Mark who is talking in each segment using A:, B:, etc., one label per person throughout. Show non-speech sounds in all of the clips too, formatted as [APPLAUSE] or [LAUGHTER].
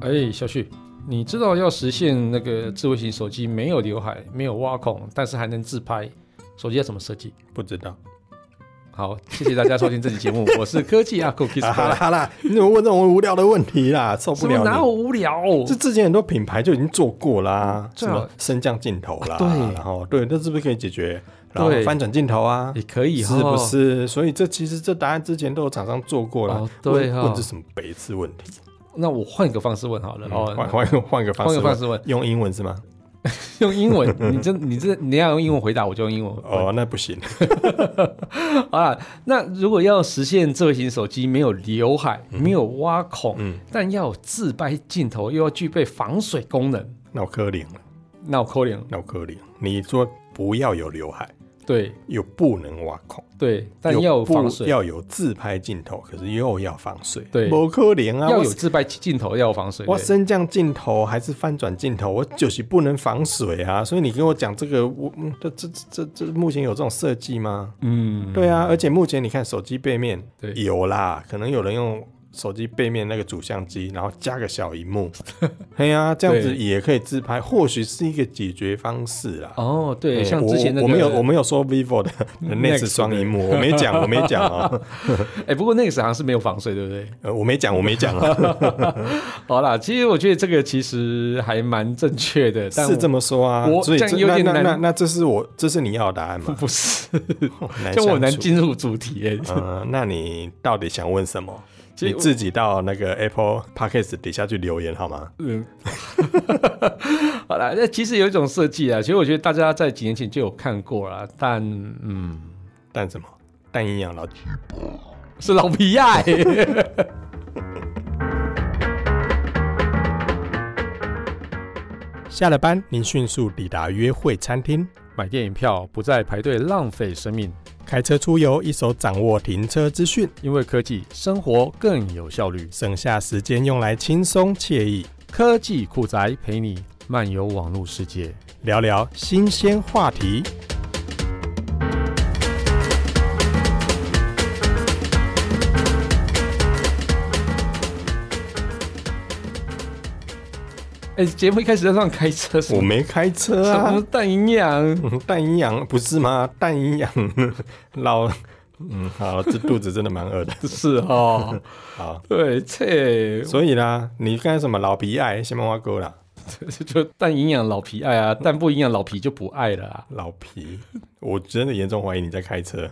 A: 哎，小旭，你知道要实现那个智慧型手机没有刘海、没有挖孔，但是还能自拍，手机要怎么设计？
B: 不知道。
A: 好，谢谢大家收听这期节目，我是科技阿酷 Kiss
B: [LAUGHS] 啊、好啦
A: Boy。
B: 好啦，你怎么问这种无聊的问题啦？受不
A: 什么
B: 了
A: 哪有
B: 你！
A: 无聊？
B: 这之前很多品牌就已经做过啦，
A: 对
B: 什
A: 啊
B: 么升降镜头啦，
A: 啊对
B: 然后对，这是不是可以解决？然后
A: 对
B: 翻转镜头啊，
A: 也可以哈，
B: 是不是？所以这其实这答案之前都有厂商做过了
A: 哦，对
B: 问
A: 哦
B: 问这什么白痴问题？
A: 那我换一个方式问好了
B: 嗯
A: 哦，
B: 换换个换个方
A: 换
B: 式
A: 个方
B: 问，
A: 式问，
B: 用英文是吗？
A: 用英文。你这你这你要用英文回答，我就用英文。
B: 哦，那不行，
A: 啊，那如果要实现智慧型手机没有刘海、没有挖孔，
B: 嗯
A: 但要有自拍镜头，又要具备防水功能，
B: 脑壳灵了，
A: 那我扣脸。
B: 脑壳灵。你说不要有刘海，
A: 对
B: 又不能挖孔，
A: 对，但要
B: 又
A: 有
B: 不
A: 防水，
B: 要有自拍镜头，可是又要防水，
A: 对
B: 不可能啊！
A: 要
B: 我
A: 有自拍镜头，要有防水。
B: 我
A: 对
B: 升降镜头还是翻转镜头，我就是不能防水啊！所以你跟我讲这个，我嗯这这这这这目前有这种设计吗？
A: 嗯，
B: 对啊，而且目前你看手机背面
A: 对
B: 有啦，可能有人用手机背面那个主相机，然后加个小
A: [LAUGHS]
B: 荧幕，哎呀、这样子
A: 对
B: 也可以自拍，或许是一个解决方式啦。
A: 哦，对，
B: 哎
A: 像
B: 我
A: 之前那个，
B: 我没有我没有说 vivo 的那次
A: Next
B: 双荧幕，我没讲，我没讲啊，
A: [LAUGHS] 哎，不过那个时候好像是没有防水，对不对？
B: 呃我没讲，我没讲 [LAUGHS] 啊，
A: 好啦，其实我觉得这个其实还蛮正确的，但
B: 是这
A: 么
B: 么说啊
A: 我，
B: 所以
A: 这样有
B: 那
A: 点
B: 那
A: 难
B: 那那这是我这是你要的答案 [LAUGHS] 吗？
A: 不是，[LAUGHS]
B: 难
A: 就我
B: 相
A: 难
B: 处。
A: 进入主题 [LAUGHS] 哎。
B: 嗯，那你到底想问什么？
A: 其
B: 你
A: 实我
B: 自己到那个 Apple Podcast 底下去留言好吗？
A: 嗯，好啦，那其实有一种设计啊，其实我觉得大家在几年前就有看过啦，但嗯，
B: 但什么？但营养老
A: 是老皮亚、欸。
B: 下了班，您迅速抵达约会餐厅，
A: [LAUGHS] 买电影票不再排队浪费生命，
B: 开车出游，一手掌握停车资讯，
A: 因为科技生活更有效率。
B: 省下时间用来轻松惬意
A: 科技酷宅陪你漫游网络世界。
B: 聊聊新鲜话题。
A: 哎、节目一开始在乱开车，什
B: 我
A: 么
B: 没开车
A: 什么
B: 啊，
A: 蛋营养？
B: [LAUGHS] 嗯但营养不是吗？但营养 [LAUGHS] 老，嗯，好，这肚子真的蛮饿
A: [LAUGHS]
B: 的。
A: 是哦，
B: [LAUGHS] 好，
A: 对，这
B: 所以啦，你刚才什么老皮爱先帮我勾啦，
A: 就蛋营养老皮爱
B: [LAUGHS]
A: 啊，蛋不营养老皮就不爱了啊。
B: 老皮，我真的严重怀疑你在开车。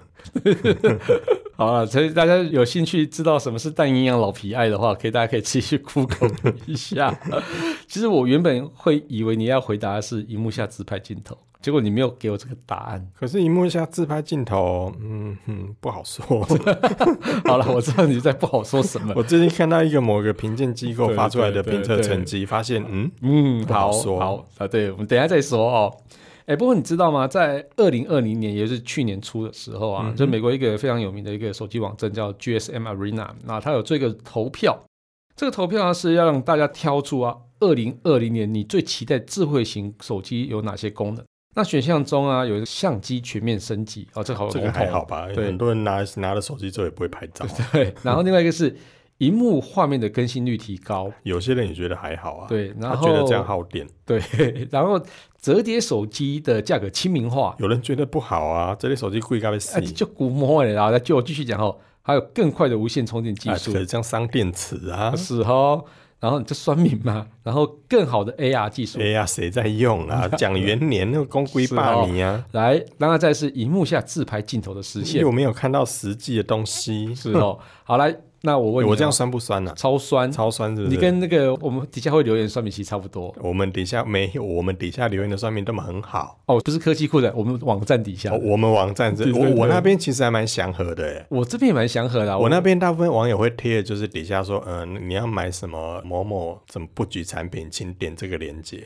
A: 好了，所以大家有兴趣知道什么是蛋营养老皮爱的话，可以大家可以自己去 Google 一
B: [LAUGHS]
A: 下。其实我原本会以为你要回答的是荧幕下自拍镜头，结果你没有给我这个答案。
B: 可是荧幕下自拍镜头，嗯哼，不好说。 [LAUGHS]
A: 好了，我知道你在不好说什么。
B: 我最近看到一个某个评鉴机构
A: 对
B: 发出来的
A: 对
B: 评
A: 对
B: 测
A: 对
B: 成绩，发现嗯，
A: 嗯，
B: 不
A: 好
B: 好说
A: 好啊，对，我们等一下再说哦。哎，不过你知道吗？在二零二零年，也就是去年初的时候
B: 嗯
A: 啊，就美国一个非常有名的一个手机网站叫 GSM Arena，那它有做一个投票，这个投票呢是要让大家挑出啊，二零二零年你最期待智慧型手机有哪些功能？那选项中啊，有相机全面升级哦，这个好
B: 这个
A: 笼统
B: 还
A: 哦
B: 好吧？
A: 对
B: 很多人拿拿了手机之后也不会拍照，啊
A: 对，然后另外一个是荧幕画面的更新率提
B: [LAUGHS]
A: 高，
B: 有些人也觉得还好啊。，
A: 对，
B: 他
A: 然后
B: 觉得这样耗电，
A: 对， [LAUGHS] 然后折叠手机的价格亲民化，
B: 有人觉得不好啊，这类手机贵该被死
A: 啊，。就估摸了，然后就我继续讲哦，还有更快的无线充电技
B: 啊，
A: 术
B: 可，是这样伤电池啊
A: 啊是哦，然后你就酸敏嘛，然后更好的 AR 技术，
B: 哎呀，谁在用
A: [LAUGHS]
B: 啊？讲元年那个公龟霸你啊，
A: 来，然后再是荧幕下自拍镜头的实现，
B: 又没有看到实际的东西。
A: 是哦，好来，那我问你哦，
B: 我这样酸不酸啊？
A: 超酸，
B: 超酸是不是？
A: 你跟那个我们底下会留言酸敏其实差不多
B: 我们底下没有，我们底下留言的算命都蛮很好。
A: 哦，不是科技库的，我们网站底下
B: 哦，，我们网站
A: 啊
B: 这
A: 对对
B: 我
A: 对
B: 我那边其实还蛮祥和的耶。
A: 我这边也蛮祥和的啊，
B: 我那边大部分网友会贴的就是底下说，嗯，你要买什么某某什么布局产品，请点这个链接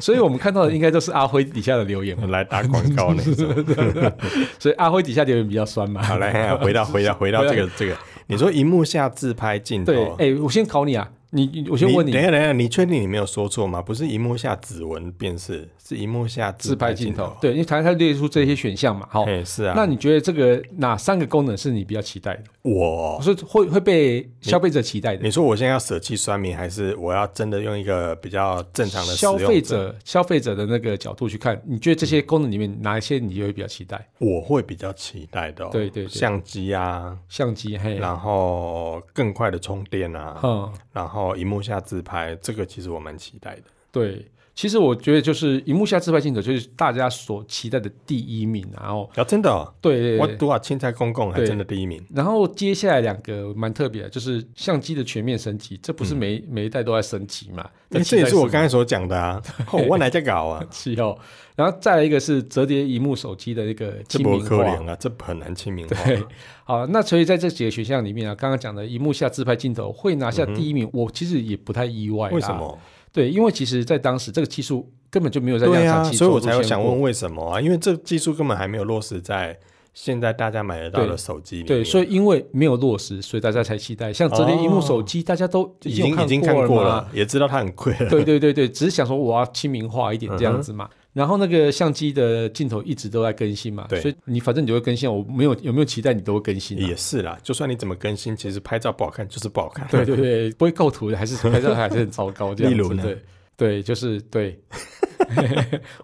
A: 所以我们看到的应该都是阿辉底下的留言，
B: 来打广
A: [LAUGHS]
B: 告那种。
A: 所以阿辉底下留言比较酸
B: [LAUGHS]
A: 嘛。
B: 好，来回到回到回到这个这个，你说荧幕下自拍镜
A: 对，
B: 头，
A: 哎、我先考你啊，你你我先问
B: 你，
A: 哦你，
B: 等一下等一下，你确定你没有说错吗？不是荧幕下指纹辨识，是荧幕下
A: 自拍镜头
B: 头。，
A: 对，因为它它列出这些选项嘛，好，
B: 哎、是啊。
A: 那你觉得这个哪三个功能是你比较期待的，
B: 我，
A: 是会会被消费者期待的？
B: 你说我现在要舍弃酸民，还是我要真的用一个比较正常的使
A: 消
B: 用
A: 费？者消费者的那个角度去看，你觉得这些功能里面哪一些你会比较期待？
B: 我会比较期待的、哦。
A: 对对对
B: 相机啊，
A: 相机，嘿，
B: 然后更快的充电啊，
A: 嗯，
B: 然后荧幕下自拍，这个其实我蛮期待的。
A: 对。其实我觉得就是荧幕下自拍镜头，就是大家所期待的第一名。然后，
B: 啊，真的、哦，
A: 对对
B: 我
A: 对
B: 多少青菜公公还
A: 对
B: 真的第一名。
A: 然后接下来两个蛮特别的，就是相机的全面升级，这不是每、每一代都在升级嘛？
B: 嗯哎、这也是我刚才所讲的啊，哦、我哪在搞啊？
A: 气哦。然后再来一个是折叠荧幕手机的一个
B: 这
A: [LAUGHS] 亲
B: 不
A: 民
B: 可
A: 化。
B: 怜啊，这很难亲民化。
A: 对，好，那所以在这几个选项里面啊，刚刚讲的荧幕下自拍镜头会拿下第一名，我其实也不太意外。
B: 嗯为什？么？
A: 对，因为其实在当时这个技术根本就没有在
B: 对
A: 量
B: 啊，
A: 产期
B: 所以我才
A: 有
B: 有想问为什么啊？因为这技术根本还没有落实在现在大家买得到的手机里面。
A: 对，所以因为没有落实，所以大家才期待。像折叠荧幕手机，大家都
B: 已
A: 经
B: 经已经
A: 看
B: 看过
A: 嘛
B: 了，也知道它很贵 [LAUGHS] 了。
A: 对对对对，只是想说我要亲民化一点这样子
B: 嗯
A: 嘛。然后那个相机的镜头一直都在更新嘛，
B: 对
A: 所以你反正你就会更新啊，我没有有没有期待你都会更新、啊。
B: 也是啦，就算你怎么更新，其实拍照不好看就是不好看。 [LAUGHS]
A: 对对对，不会构图的还是拍照还是很糟糕这样子。
B: 例如呢
A: 对对，就是对。 [LAUGHS]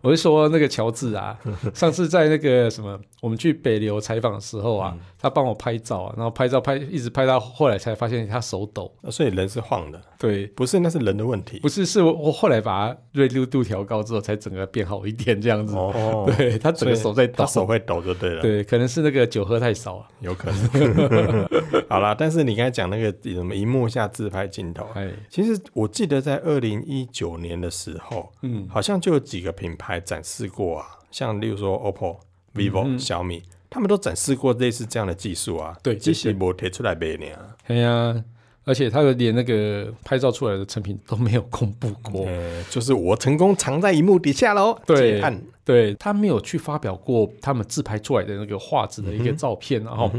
A: 我是说那个乔治
B: [LAUGHS]
A: 啊，上次在那个什么，我们去北流采访的时候
B: 嗯
A: 啊，他帮我拍照啊，然后拍照拍一直拍到后来才发现他手抖。
B: 呃所以人是晃的，
A: 对，
B: 不是那是人的问题
A: 不。是，是我我后来把它锐度度调高之后，才整个变好一点这样子。
B: 哦，
A: [LAUGHS] 对他整个手在抖
B: 他，手会抖就对
A: [LAUGHS]
B: 了，
A: 对，可能是那个酒喝太少啊了。
B: 有可能。 [LAUGHS] 好啦，但是你刚才讲那个什么荧幕下自拍镜头，
A: 哎，
B: 其实我记得在二零一九年的时候，
A: 嗯，
B: 好像就有几个品牌展示过啊，像例如说 OPPO、vivo、小米，他们都展示过类似这样的技术啊。
A: 嗯对
B: 只是没提出来卖呢。
A: 哎呀，而且他的连那个拍照出来的成品都没有公布过，
B: 呃，就是我成功藏在荧幕底下喽。
A: 对
B: 结案
A: 对他没有去发表过他们自拍出来的那个画质的一个照片，然后，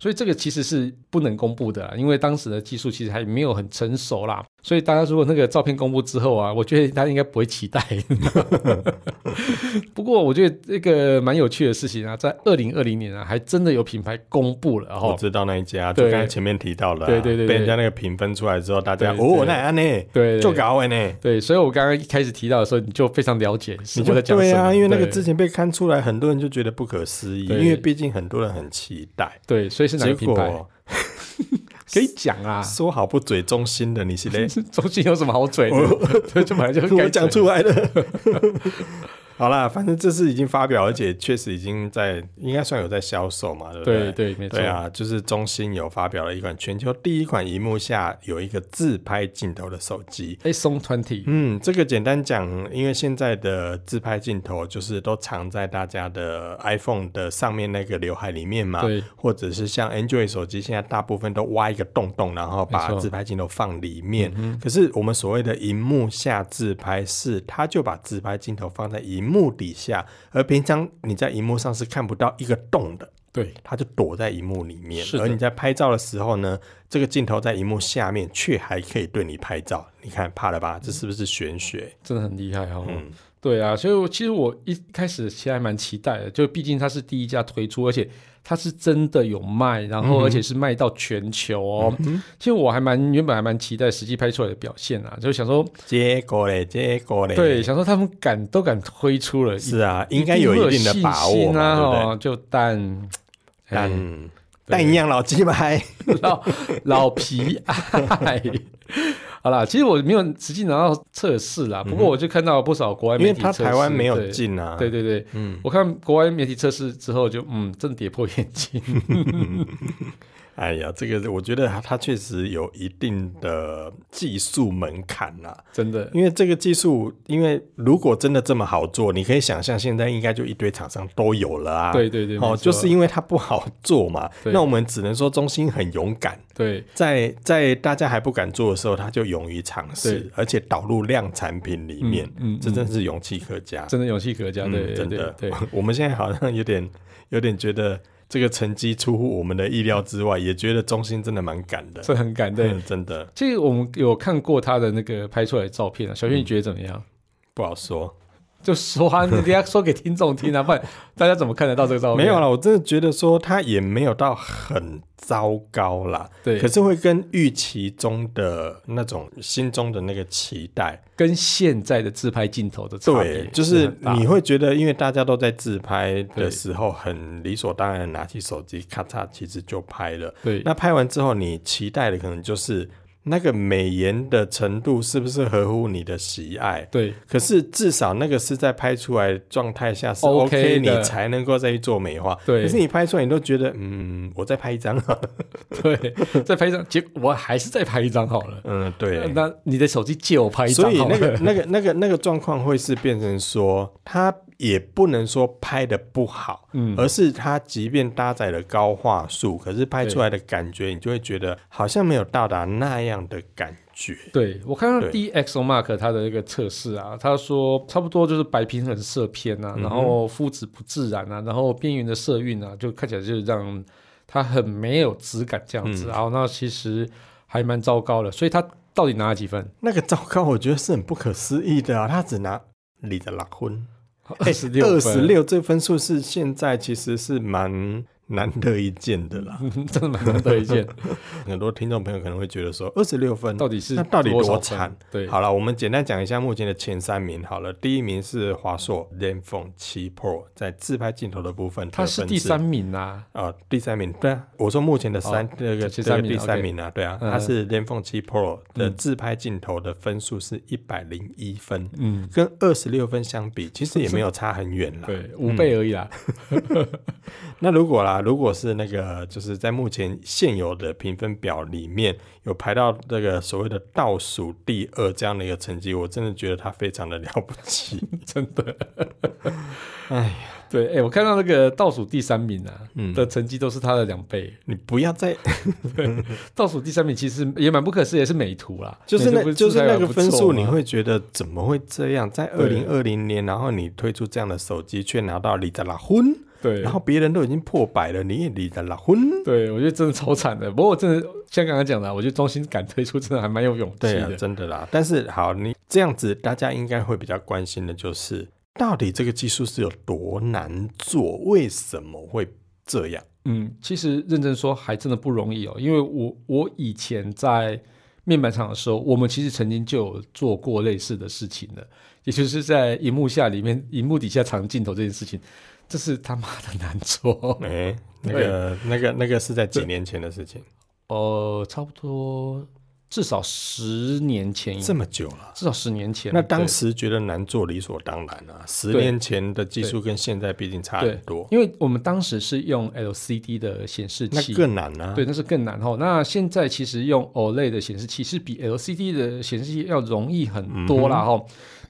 A: 所以这个其实是不能公布的啦，啊因为当时的技术其实还没有很成熟啦。所以大家如果那个照片公布之后啊，我觉得大家应该不会 [LAUGHS] 期待。不过我觉得这个蛮有趣的事情啊，在二零二零年啊，还真的有品牌公布了
B: 我
A: 哦。
B: 知道那一家，就
A: 对
B: 刚才前面提到了啊、
A: 对对对对
B: 被人家那个评分出来之后，大家
A: 对对
B: 哦，那安呢，
A: 对，
B: 就
A: 对
B: 搞完呢。
A: 对，所以我刚刚一开始提到的时候，你就非常了解是
B: 你
A: 我
B: 就
A: 在讲
B: 对
A: 什
B: 啊，
A: 么，
B: 因为那个
A: 对
B: 之前被看出来，很多人就觉得不可思议，
A: 对
B: 因为毕竟很多人很期待。
A: 对，所以是哪
B: 结
A: 个品牌？
B: 果
A: 可以讲啊，，
B: 说好不嘴忠心的，你是嘞
A: [LAUGHS] 中信有什么好嘴的？ [LAUGHS] 对，就本来就是该
B: [LAUGHS] 我讲出来的。 [LAUGHS] 好啦，反正这次已经发表，而且确实已经在，应该算有在销售嘛，对不
A: 对
B: 对？
A: 对，没错
B: 对，啊，就是中兴有发表了一款全球第一款荧幕下有一个自拍镜头的手机。
A: 哎，松团体，
B: 嗯，这个简单讲，因为现在的自拍镜头就是都藏在大家的 iPhone 的上面那个刘海里面嘛，
A: 对
B: 或者是像 Android 手机，现在大部分都挖一个洞洞，然后把
A: 没错嗯
B: 自拍镜头放里面。可是我们所谓的荧幕下自拍是，它就把自拍镜头放在荧幕底下，而平常你在荧幕上是看不到一个洞的。
A: 对
B: 它就躲在荧幕里面，
A: 是的
B: 而你在拍照的时候呢，这个镜头在荧幕下面却还可以对你拍照，你看怕了
A: 嗯
B: 吧？这是不是玄学？
A: 真的很厉害哦。
B: 嗯
A: 对啊，所以我其实我一开始其实还蛮期待的，就毕竟它是第一家推出，而且它是真的有卖，然
B: 嗯
A: 后而且是卖到全球哦。其实我还蛮原本还蛮期待实际拍出来的表现啊，就想说，
B: 结果嘞，结果嘞，
A: 对，，想说他们敢都敢推出了，
B: 是啊，
A: 一
B: 应该有
A: 会
B: 一定的把
A: 信
B: 握
A: 心
B: 嘛，
A: 啊，
B: 对不对？
A: 哦就
B: [LAUGHS]
A: 但哎
B: 但但一样老鸡排，
A: 老老皮爱。 [LAUGHS] 好啦，其实我没有实际拿到测试啦，不过我就看到不少国外
B: 嗯因
A: 媒
B: 为
A: 体
B: 它
A: 测试，
B: 台湾没有
A: 对
B: 进啊，
A: 对对对，嗯，我看国外媒体测试之后就，嗯，真跌破眼镜。 [LAUGHS]
B: 哎呀，这个我觉得它它确实有一定的技术门槛啦、
A: 真的，
B: 因为这个技术，因为如果真的这么好做，你可以想象现在应该就一堆厂商都有了啊。
A: 对对对没错
B: 哦，就是因为它不好做嘛。
A: 对
B: 那我们只能说中兴很勇敢，
A: 对
B: 在在大家还不敢做的时候，他就勇于尝试
A: 对，
B: 而且导入量产品里面，
A: 嗯嗯
B: 这真是勇气可嘉。
A: 真的勇气可嘉，
B: 嗯
A: 对对
B: 真
A: 对
B: 的，
A: 对，
B: 我们现在好像有点有点觉得这个成绩出乎我们的意料之外，也觉得中心真的蛮赶的。
A: 这很感动。
B: 嗯真的
A: 其实我们有看过他的那个拍出来的照片啊，小
B: 嗯
A: 轩你觉得怎么样？
B: 不好说。
A: 就说啊，你等一下说给听众听啊，不然大家怎么看得到这个照片？
B: 没有，啦，啊我真的觉得说他也没有到很糟糕啦，
A: 对
B: 可，是会跟预期中的那种心中的那个期待，
A: 跟现在的自拍镜头的差别
B: 对，就是是
A: 很大
B: 你会觉得，因为大家都在自拍
A: 对
B: 的时候，很理所当然地拿起手机，咔嚓，其实就拍了。
A: 对
B: 那拍完之后，你期待的可能就是那个美颜的程度是不是合乎你的喜爱？
A: 对
B: 可是至少那个是在拍出来状态下是
A: OK
B: OK，
A: 的
B: 你才能够再去做美化。
A: 对
B: 可是你拍出来，你都觉得，嗯，我再拍一张好了。
A: 对， [LAUGHS] 再拍一张，结果我还是再拍一张好了。
B: 嗯， [LAUGHS] 对。
A: 那你的手机借我拍一
B: 所
A: 张
B: 以
A: 好
B: 那个 [LAUGHS]
A: 了。
B: 那个那个那个状况会是变成说，它也不能说拍的不好，
A: 嗯
B: 而是它即便搭载了高画素，可是拍出来的感觉，你就会觉得好像没有到达那样的感觉。
A: 对我看到
B: 对
A: D X Mark 它的那个测试啊，他说差不多就是白平衡色偏
B: 嗯
A: 啊，然后肤质不自然啊，然后边缘的色韵啊，就看起来就是让它很没有质感这样
B: 嗯
A: 子。然后那其实还蛮糟糕的，所以它到底拿了几分？
B: 那个糟糕，我觉得是很不可思议的啊！他只拿你的拉婚，
A: 二十六，
B: 哎二十，六这分数是现在其实是蛮难得一见的啦。
A: [LAUGHS] 真的蛮难得一
B: [LAUGHS]
A: 见。
B: 很多听众朋友可能会觉得说，二十六分
A: 到底是
B: 那到底
A: 少
B: 多
A: 分
B: 惨？？
A: 对，
B: 好了，我们简单讲一下目前的前三名好了。第一名是华硕 ZenFone 7 Pro，在自拍镜头的部分，
A: 他是第三名啊，
B: 啊、第三名。对啊，我说目前的三、
A: 哦
B: 这个
A: 第
B: 这
A: 三
B: 个
A: 名
B: 第
A: OK
B: 三名啊，对啊，
A: 嗯
B: 它是 ZenFone 7 Pro 的自拍镜头的分数是一百零一分，
A: 嗯，
B: 跟二十六分相比，其实也没有差很远啦。
A: 对，五倍而已啦。 [LAUGHS]
B: 那如果啦，如果是那个就是在目前现有的评分表里面有排到这个所谓的倒数第二这样的一个成绩，我真的觉得他非常的了不起。
A: 真的。
B: [LAUGHS] 哎
A: 呀， [LAUGHS] 对，哎、我看到那个倒数第三名啊、
B: 嗯
A: 的成绩都是他的两倍，
B: 你不要再，
A: 倒数第三名其实也蛮不可思议，也是美图啦，
B: 就是
A: 美图不
B: 那，就是那
A: 出来
B: 个分
A: 啊蛮不
B: 数，
A: 错吗
B: 你会觉得怎么会这样？在二
A: 对
B: 零二零年，然后你推出这样的手机，却拿到里扎拉婚，
A: 对，
B: 然后别人都已经破百了，你也里扎拉婚。
A: 对我觉得真的超惨的。不过我真的像刚刚讲的啊，我觉得中心敢推出真的还蛮有勇气
B: 对啊，
A: 的。
B: 真的啦。但是好，你这样子，大家应该会比较关心的就是，到底这个技术是有多难做？为什么会这样？
A: 嗯，其实认真说还真的不容易哦，因为我我以前在面板厂的时候，我们其实曾经就有做过类似的事情的，也就是在荧幕下里面，荧幕底下藏镜头这件事情，这是他妈的难
B: [LAUGHS]
A: 做。
B: 哎、那个、那个、那个是在几年前的事情，
A: 呃，差不多至少十年前，
B: 这么久了。
A: 至少十年前。
B: 那当
A: 嗯对
B: 时觉得难做理所当然啊，十
A: 对
B: 年前的技术跟现在毕竟差很多，
A: 因为我们当时是用 LCD 的显示
B: 那
A: 器，
B: 更难啊。
A: 对，那是更难哦。那现在其实用 OLED 的显示器是比 LCD 的显示器要容易很多啦哈、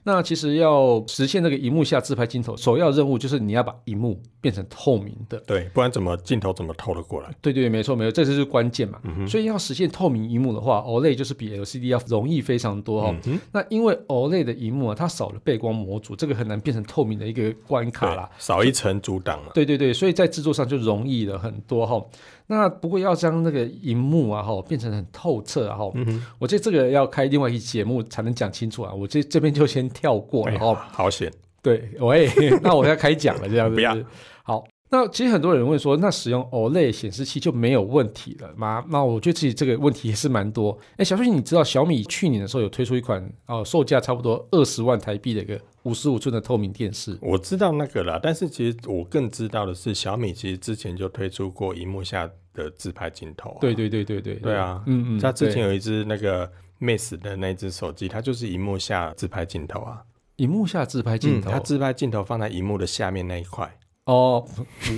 A: 那其实要实现这个荧幕下自拍镜头，首要任务就是你要把荧幕变成透明的。
B: 对，不然怎么镜头怎么透得过来？
A: 对对，没错没错，这就是关键嘛。所以要实现透明荧幕的话，OLED 就是比 LCD 要容易非常多哦。那因为 OLED 的荧幕啊，它少了背光模组，这个很难变成透明的一个关卡啦。
B: 对，少一层阻挡嘛。
A: 对对对，所以在制作上就容易了很多哈。那不过要将那个荧幕啊哈变成很透彻啊哈，
B: 嗯
A: 我觉得这个要开另外一期节目才能讲清楚啊。我这这边就先跳过了
B: 哎
A: 哈。
B: 好险，
A: 对，喂， [LAUGHS] 那我要开讲了，这样子。
B: 不要
A: 好，那其实很多人问说，那使用 OLED 显示器就没有问题了吗？那我觉得其实这个问题也是蛮多。哎，小旭，你知道小米去年的时候有推出一款哦、售价差不多二十万台币的一个五十五寸的透明电视？
B: 我知道那个啦，但是其实我更知道的是，小米其实之前就推出过荧幕下的自拍镜头、啊。
A: 对对对对对，
B: 对啊，
A: 嗯嗯，
B: 它之
A: 对
B: 前有一只那个 Mate 的那只手机，它就是荧幕下自拍镜头啊。
A: 荧幕下自拍镜头，
B: 嗯它自拍镜头放在荧幕的下面那一块。
A: 哦，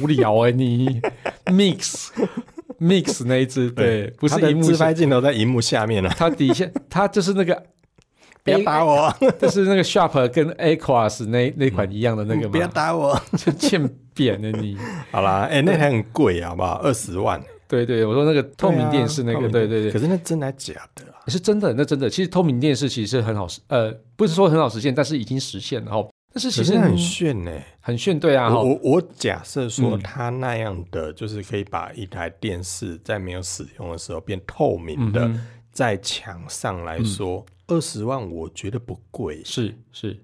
A: 无聊哎、
B: [LAUGHS]
A: 你 mix mix 那一只，对，不
B: 它
A: 是
B: 的
A: 荧幕
B: 自
A: 下
B: 拍，镜头在荧幕下
A: [LAUGHS]
B: 面啊，，
A: 它底下它就是那个
B: 不要打我，
A: 就是那个 Sharp 跟 Aquas 那那款一样 [LAUGHS] 的那个
B: [LAUGHS] 嗯不要
A: 嘛，
B: 打我。
A: 就欠扁了你。
B: 好啦，哎、那台很贵，好不好？二十万，
A: 对对，我说那个透明电视那
B: 对
A: 个，对
B: 啊透明
A: 对
B: 电可
A: 对，
B: 是那真的还假的啊？
A: 是真的，那真的，其实透明电视其实很好实，呃，不是说很好实现，但是已经实现了哈。但但是其
B: 可
A: 实
B: 是很炫呢、
A: 很炫，对啊，
B: 我
A: 哦
B: 我我假设说
A: 嗯
B: 它那样的，就是可以把一台电视在没有使用的时候变透明的，
A: 嗯
B: 在墙上来说，二十、万我觉得不贵。
A: 是是，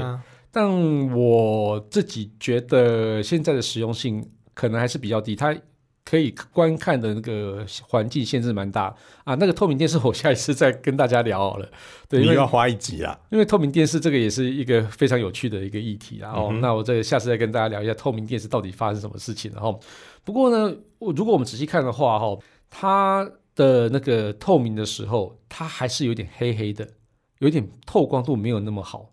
B: 啊，
A: 但我自己觉得现在的实用性可能还是比较低，它可以观看的那个环境限制蛮大啊。那个透明电视，我下一次再跟大家聊好了。对，
B: 你
A: 因
B: 又要
A: 为
B: 花一集啦。
A: 因为透明电视这个也是一个非常有趣的一个议题啦。哦，那我这个下次再跟大家聊一下透明电视到底发生什么事情。然后，不过呢，我如果我们仔细看的话，哈、它的那个透明的时候，它还是有点黑黑的，有点透光度没有那么好。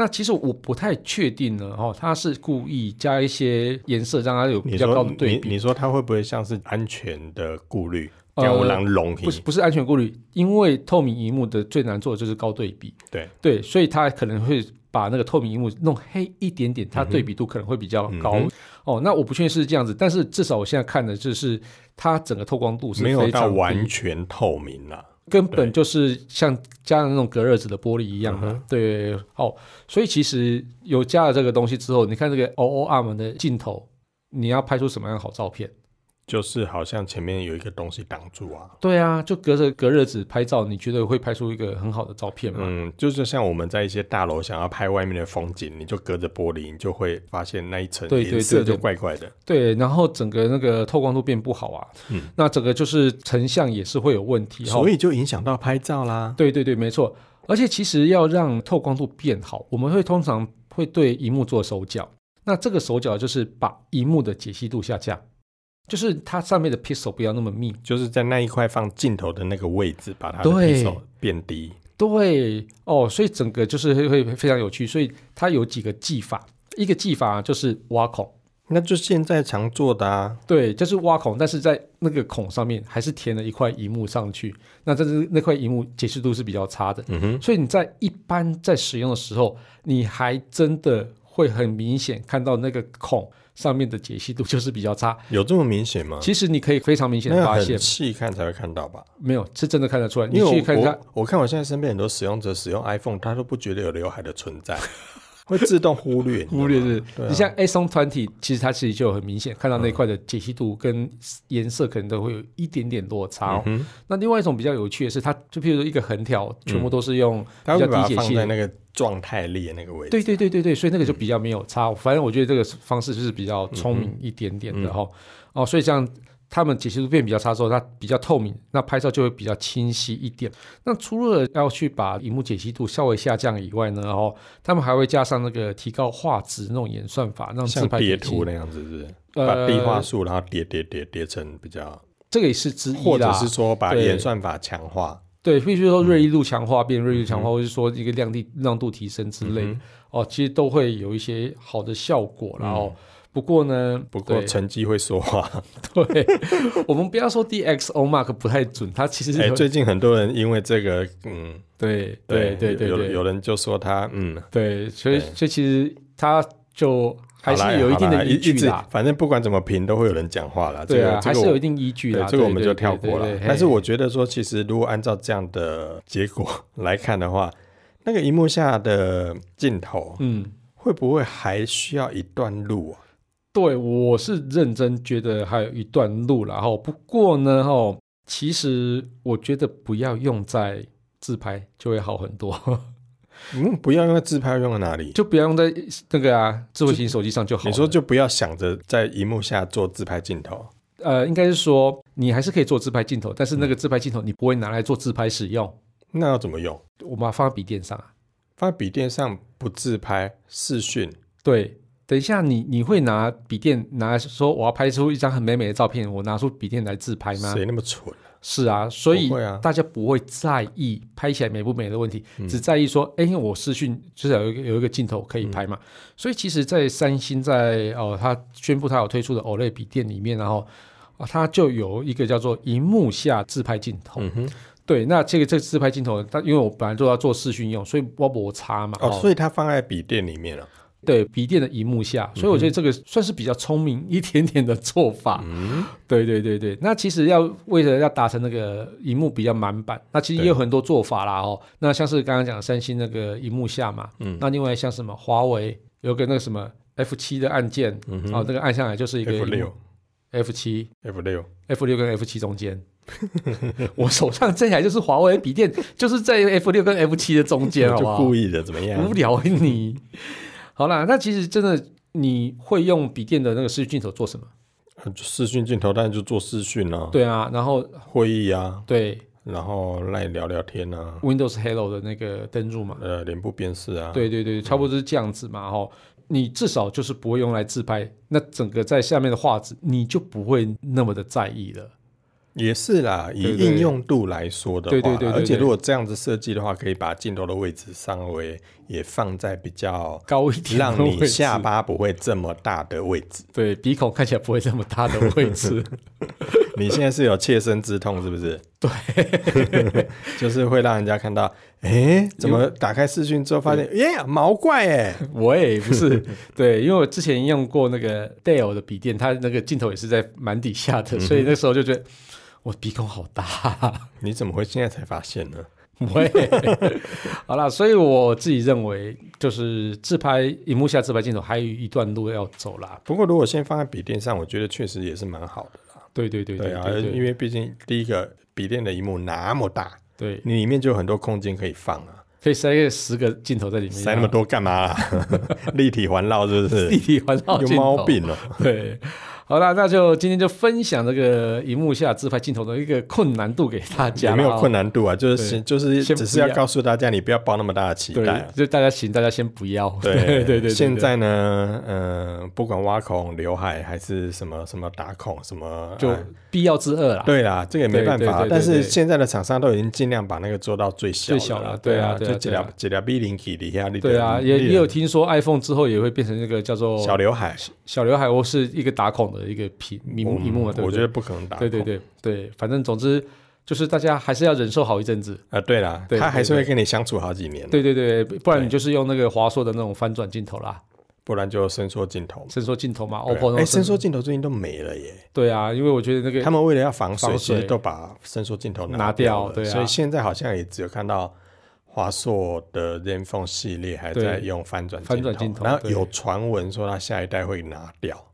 A: 那其实我不太确定呢，哦，它是故意加一些颜色让它有比
B: 你
A: 较
B: 说
A: 高的对
B: 你
A: 比，
B: 你说它会不会像是安全的顾虑？
A: 呃
B: 叫我让龙
A: 不是不是安全顾虑，因为透明荧幕的最难做的就是高对比，
B: 对
A: 对，所以它可能会把那个透明荧幕弄黑一点点，它对比度可能会比较高。
B: 嗯
A: 哦，那我不确定是这样子，但是至少我现在看的就是它整个透光度是
B: 没有
A: 非
B: 到
A: 常低
B: 完全透明啦。
A: 根本就是像加了那种隔热纸的玻璃一样嘛。对，哦，所以其实有加了这个东西之后，你看这个 O O R 们的镜头，你要拍出什么样的好照片？
B: 就是好像前面有一个东西挡住啊。
A: 对啊，就隔着隔热纸拍照，你觉得会拍出一个很好的照片吗？
B: 嗯，就是像我们在一些大楼想要拍外面的风景，你就隔着玻璃，你就会发现那一层
A: 对对
B: 颜色
A: 对对
B: 就怪怪的。
A: 对，然后整个那个透光度变不好啊，
B: 嗯
A: 那整个就是成像也是会有问题哈
B: 所。以就影响到拍照啦。
A: 对对对，没错。而且其实要让透光度变好，我们会通常会对荧幕做手脚。那这个手脚就是把荧幕的解析度下降，就是它上面的 pixel 不要那么密。
B: 就是在那一块放镜头的那个位置，把它的
A: 对
B: pixel 变低。
A: 对哦，所以整个就是会会非常有趣。所以它有几个技法，一个技法就是挖孔，
B: 那就现在常做的啊，
A: 对，就是挖孔，但是在那个孔上面还是填了一块荧幕上去，那这是那块荧幕解析度是比较差的，
B: 嗯哼，
A: 所以你在一般在使用的时候，你还真的会很明显看到那个孔上面的解析度就是比较差。
B: 有这么明显吗？
A: 其实你可以非常明显
B: 嗯那
A: 的
B: 要
A: 发现
B: 很，细看才会看到吧？
A: 没有是真的看得出来。你
B: 因为
A: 去看
B: 我
A: 一下，
B: 我我看我现在身边很多使用者使用 iPhone，他都不觉得有刘海的存在，会自动忽
A: [LAUGHS]
B: 略，
A: 忽略
B: 你知道吗
A: 是，你像 A Song 团体，其实它其实就很明显看
B: 嗯
A: 到那块的解析度跟颜色可能都会有一点点落差、哦。
B: 嗯哼，
A: 那另外一种比较有趣的是，它就譬如说一个横条，全
B: 嗯
A: 部都是用
B: 他
A: 比
B: 会
A: 较低
B: 把它
A: 解
B: 放
A: 析
B: 在
A: 的。
B: 那个状态列那个位置。
A: 对对对对对，所以那个就
B: 嗯
A: 比较没有差。反正我觉得这个方式就是比较聪明一点点
B: 嗯
A: 的哈、哦，所以这样他们解析度变比较差之后，它比较透明，那拍照就会比较清晰一点。那除了要去把荧幕解析度稍微下降以外呢，哦，他们还会加上那个提高画质那种演算法，让自
B: 像
A: 拍
B: 叠
A: 解析
B: 图那样子是不是？
A: 呃
B: 把低画素，然后叠叠叠叠成比较，
A: 这个也是之一啦，
B: 或者是说把
A: 对
B: 演算法强化。
A: 对，必须说锐利度强化变锐利度强
B: 嗯
A: 化，或是说一个亮地亮度提升之类的、哦，其实都会有一些好的效果啦，然后、不过呢，
B: 嗯不过
A: 对
B: 成绩会说话。
A: 对，我们不要说 DXO Mark 不太准，它 [LAUGHS] 其实
B: 哎、
A: 有、
B: 最近很多人因为这个，嗯，
A: 对对对对
B: 有
A: 对
B: 有人就说他，嗯，
A: 对，所以
B: 对
A: 所以其实它就还
B: 好啦
A: 是有一定
B: 好
A: 的
B: 啦一
A: 依
B: 一
A: 据
B: 直
A: 啦，
B: 反正不管怎么评，都会有人讲话啦。
A: 对啊，
B: 这
A: 还
B: 个这
A: 是
B: 个
A: 有
B: 我
A: 一定依据
B: 对
A: 啦，，
B: 这个我们
A: 对
B: 就
A: 对
B: 跳
A: 对
B: 过
A: 对
B: 了
A: 对。
B: 但是
A: 嘿
B: 我觉得说，其实如果按照这样的结果来看的话，那个荧幕下的镜头
A: 嗯，
B: 会不会还需要一段路啊？
A: 对我是认真觉得还有一段路啦。哈。不过呢，哈，其实我觉得不要用在自拍就会好很多， [LAUGHS]
B: 嗯，不要用在自拍用在哪里？
A: 就不要用在那个啊智慧型手机上就好了。
B: 你说就不要想着在荧幕下做自拍镜头，
A: 呃，应该是说你还是可以做自拍镜头，但是那个自拍镜头你不会拿来做自拍使用，
B: 那要怎么用？
A: 我把它放在笔电上啊。
B: 放在笔电上不自拍，视讯
A: 对，等一下你你会拿笔电拿来说我要拍出一张很美美的照片，我拿出笔电来自拍吗？
B: 谁那么蠢？
A: 是啊，所以
B: 不会啊嗯
A: 大家不会在意拍起来美不美的问题，只在意说，哎，因为我视讯至少有一个有一个镜头可以拍嘛。
B: 嗯
A: 所以其实，在三星在哦，它宣布它有推出的 OLED 笔电里面，然后啊，它就有一个叫做荧幕下自拍镜头。
B: 嗯哼，
A: 对，那这个这个自拍镜头，它因为我本来就要做视讯用，所以我摩擦嘛。
B: 哦，所以它放在笔电里面了。啊
A: 对笔电的荧幕下，所以我觉得这个算是比较聪明一点点的做法。
B: 嗯，
A: [LAUGHS] 对对对对，那其实要为了要达成那个荧幕比较满版，那其实
B: 对
A: 也有很多做法啦哦。那像是刚刚讲的三星那个荧幕下嘛，嗯，那另外像什么华为有个那个什么 F 七的按键，
B: 嗯
A: 哦，那个按下来就是一个
B: F 六、
A: F 七、
B: F 六，
A: F 六跟 F 七中间。 [LAUGHS] 我手上这台就是华为笔电，就是在 F 六跟 F 七的中间，好不
B: 就
A: 好？
B: 故意的，怎么样
A: 无？聊欸你。 [LAUGHS] 好啦，那其实真的，你会用笔电的那个视讯镜头做什么？
B: 就视讯镜头，当然就做视讯啊，
A: 对啊，然后
B: 会议啊，
A: 对
B: 然后来聊聊天啊，
A: Windows Hello 的那个登入嘛，
B: 呃，脸部辨识啊，，
A: 对对对，差不多就是这样子嘛。吼，你至少就是不会用来自拍，那整个在下面的画质你就不会那么的在意了。
B: 也是啦。以
A: 对对
B: 应用度来说的话
A: 对
B: 啦，
A: 对对对对
B: 而且如果这样子设计的话，可以把镜头的位置上围也放在比较
A: 高一点的
B: [LAUGHS] 让你
A: 位置
B: 下巴不会这么大的位置。
A: 对鼻孔看起来不会这么大的位置，
B: [LAUGHS] 你现在是有切身之痛是不是？对， [LAUGHS] 就是会让人家看到，哎、怎么打开视讯之后发现，耶，毛怪 [LAUGHS] 哎、
A: 我也不是 [LAUGHS] 对，因为我之前用过那个 Dell 的笔电，它那个镜头也是在蛮底下
B: 嗯
A: 的，所以那时候就觉得我鼻孔好大、 [LAUGHS]
B: 你怎么会现在才发现呢？
A: 不会， [LAUGHS] 好啦，所以我自己认为，就是自拍荧幕下自拍镜头还有一段路要走啦。
B: 不过如果先放在笔电上，我觉得确实也是蛮好的啦。
A: 对对对对
B: 啊，
A: 对
B: 因为毕竟第一个笔电的荧幕那么大，
A: 对，
B: 你里面就有很多空间可以放啊，
A: 可以塞个十个镜头在里面，
B: 塞那么多干嘛、啊？ [LAUGHS] 立体环绕是不
A: 立
B: 是？
A: 体环绕 [LAUGHS]
B: 有
A: 镜头，
B: 毛。病哦、
A: 对，好啦，那就今天就分享这个荧幕下自拍镜头的一个困难度给大家。
B: 也没有困难度啊，就是
A: 对
B: 先就是
A: 先不
B: 只是要
A: 要
B: 告诉大家，你不要抱那么大的期待、啊
A: 对，。就大家请大家先不要。 [LAUGHS] 对对对对，
B: 现在呢，嗯、不管挖孔、刘海还是什么什么打孔什么，
A: 就
B: 哎
A: 必要之恶啦。
B: 对啦，这个也没办法啊。
A: 对对对对
B: 但是
A: 对
B: 现在的厂商都已经尽量把那个做到最小
A: 最小
B: 了
A: 了
B: 啦，
A: 对啊
B: 啊，
A: 对啊
B: 就几
A: 对
B: 条
A: 啊
B: 几条 B 零 K 底下，你
A: 对啊，
B: 的
A: 也
B: 你的
A: 也有听说 iPhone 之后也会变成那个叫做
B: 小刘海，
A: 小刘海，或是一个打孔的一个屏屏
B: 我
A: 屏幕嘛，对不
B: 我觉
A: 对？
B: 得不可能打孔。
A: 对对对对，反正总之就是大家还是要忍受好一阵子。
B: 啊，对啦，
A: 对
B: 他还是
A: 对
B: 会跟你相处好几年，
A: 对对对，不然
B: 对
A: 你就是用那个华硕的那种翻转镜头啦，
B: 不然就伸缩镜头嘛。
A: 伸缩镜头嘛
B: 对啊
A: ，OPPO 那
B: 哎，
A: 种
B: 伸缩镜头最近都没了耶。
A: 对啊，因为我觉得那个
B: 他们为了要防水，
A: 防
B: 其实
A: 水
B: 都把伸缩镜头
A: 拿
B: 掉
A: 掉
B: 了，
A: 对啊
B: 所以现在好像也只有看到华硕的 ZenFone 系列还在
A: 对
B: 用翻转
A: 翻转镜头
B: 然后
A: 对
B: 有传闻说它下一代会拿掉。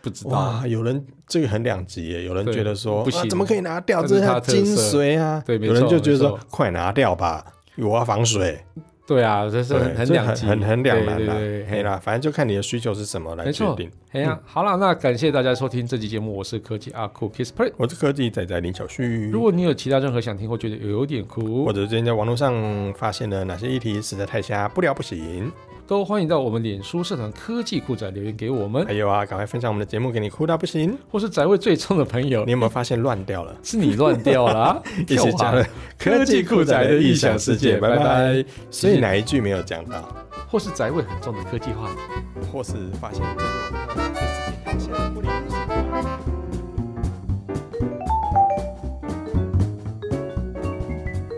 A: 不知道，
B: 哇，有人这个很两极耶，有人
A: 对
B: 觉得说
A: 不行
B: 啊怎么可以拿掉，
A: 这
B: 这
A: 是
B: 是它
A: 它
B: 的
A: 的特
B: 精髓啊，
A: 对没
B: 有人
A: 错
B: 就觉
A: 没
B: 得说
A: 错
B: 快拿掉吧，我要防水，
A: 对啊，这是
B: 对
A: 很
B: 这
A: 两极，
B: 很很两难啊
A: 对
B: 啦，
A: 对对
B: 嘿
A: 嘿，
B: 啦，反正就看你的需求是什么来
A: 没
B: 决
A: 错
B: 定。
A: 嘿呀，好了，那感谢大家收听这期节目，我是科技阿酷 Kiss Play。
B: 我是科技仔仔林小旭，
A: 如果你有其他任何想听或觉得有点
B: 或
A: 酷，
B: 者最近在网络上发现了哪些议题实在太瞎，不聊不行。
A: 都欢迎到我们脸书社团科技酷仔留言给我们 [LAUGHS]
B: 还，有啊，赶快分享我们的节目给你哭到不行。
A: 或是宅位最重的朋友
B: 你，有没有发现乱
A: [LAUGHS]
B: 掉了？
A: 是你乱掉了、哦啊，
B: 一起加了
A: [LAUGHS] 科技酷宅的异想世界，拜拜。
B: 所以哪一句没有讲到，
A: 或是宅味很重的科技话题。
B: 或是发现这个这事情太瞎，不聊不行。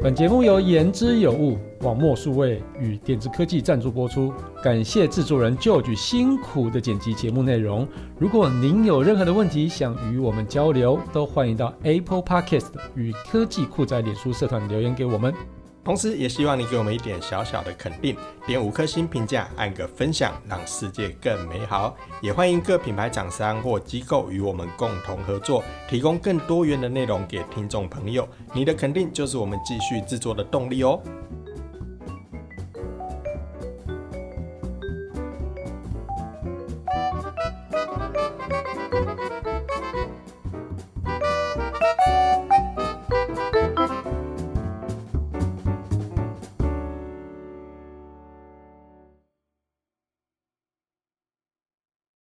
A: 本节目由言之有物、网墨数位与点子科技赞助播出，感谢制作人 George 辛苦的剪辑节目内容。如果您有任何的问题想与我们交流，都欢迎到 Apple Podcast 与科技酷宅脸书社团留言给我们。
B: 同时，也希望你给我们一点小小的肯定，点五颗星评价，按个分享，让世界更美好。也欢迎各品牌厂商或机构与我们共同合作，提供更多元的内容给听众朋友。你的肯定就是我们继续制作的动力哦。